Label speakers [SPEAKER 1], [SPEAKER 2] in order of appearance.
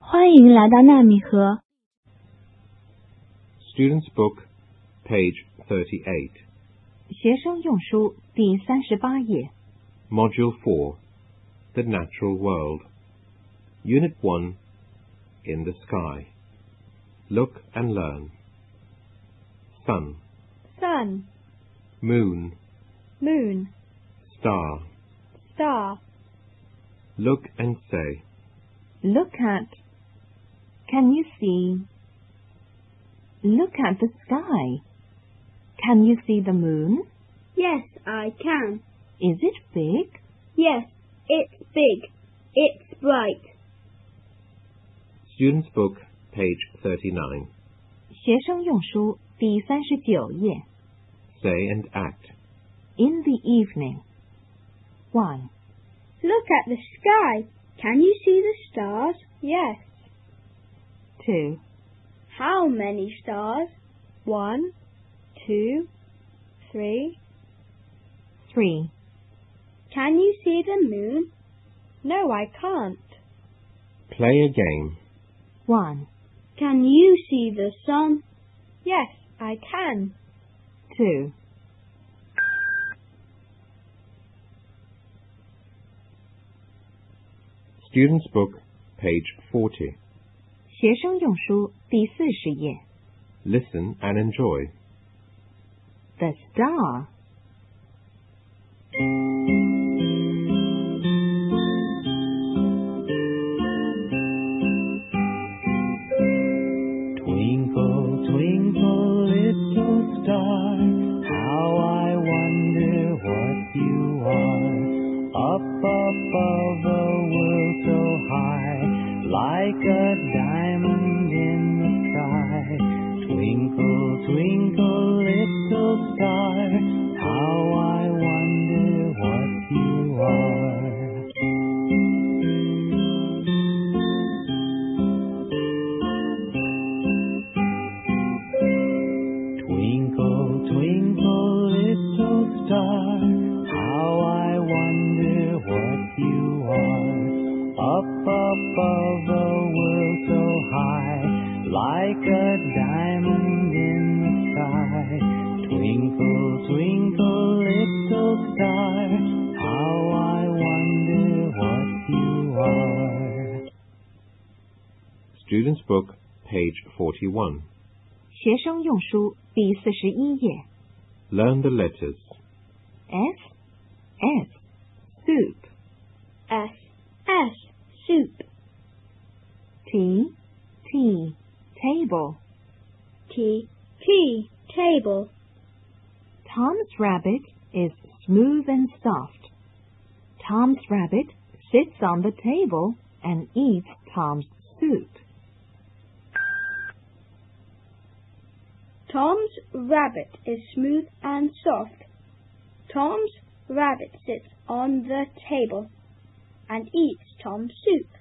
[SPEAKER 1] 欢迎来到纳米河
[SPEAKER 2] Students' Book, page 38,
[SPEAKER 3] 学生用书第三十八页，
[SPEAKER 2] Module 4, The Natural World. Unit 1, In the Sky. Look and learn. Sun,
[SPEAKER 4] sun,
[SPEAKER 2] moon,
[SPEAKER 4] moon,
[SPEAKER 2] star.
[SPEAKER 4] star,
[SPEAKER 2] Look and say,
[SPEAKER 3] Look at. Can you see? Look at the sky. Can you see the moon?
[SPEAKER 4] yes, I can.
[SPEAKER 3] Is it big?
[SPEAKER 4] Yes, it's big, it's bright.
[SPEAKER 2] Students' Book, page 39.
[SPEAKER 3] 学生用书第三十九页。
[SPEAKER 2] Say and act.
[SPEAKER 3] In the evening. One,
[SPEAKER 4] Look at the sky. Can you see the stars? Yes.
[SPEAKER 3] two,
[SPEAKER 4] How many stars? One, two, three.
[SPEAKER 3] three,
[SPEAKER 4] Can you see the moon? No, I can't.
[SPEAKER 2] Play a game.
[SPEAKER 3] one,
[SPEAKER 4] Can you see the sun? Yes, I can.
[SPEAKER 3] two.
[SPEAKER 2] Students' Book, page 40.
[SPEAKER 3] 学生用书第四十页。
[SPEAKER 2] Listen and enjoy.
[SPEAKER 3] The star.
[SPEAKER 5] Twinkle, twinkle, little star, how I wonder what you are. Up above the world so high, like a diamond in the sky. Twinkle, twinkle, little star, how I wonder what you are. Twinkle, twinkle, little star, how I wonder what you are. Up above the world so high, like a diamond in the sky. Twinkle, twinkle, little star, how I wonder what you are.
[SPEAKER 2] Students' Book, page 41.
[SPEAKER 3] 学生用书第四十一页。
[SPEAKER 2] Learn the letters.
[SPEAKER 3] S S soup
[SPEAKER 4] S, S, soup.
[SPEAKER 3] T T table.
[SPEAKER 4] T, T, table.
[SPEAKER 3] Tom's rabbit is smooth and soft. Tom's rabbit sits on the table and eats Tom's soup.
[SPEAKER 4] Tom's rabbit is smooth and soft. Tom's rabbit sits on the table and eats Tom's soup.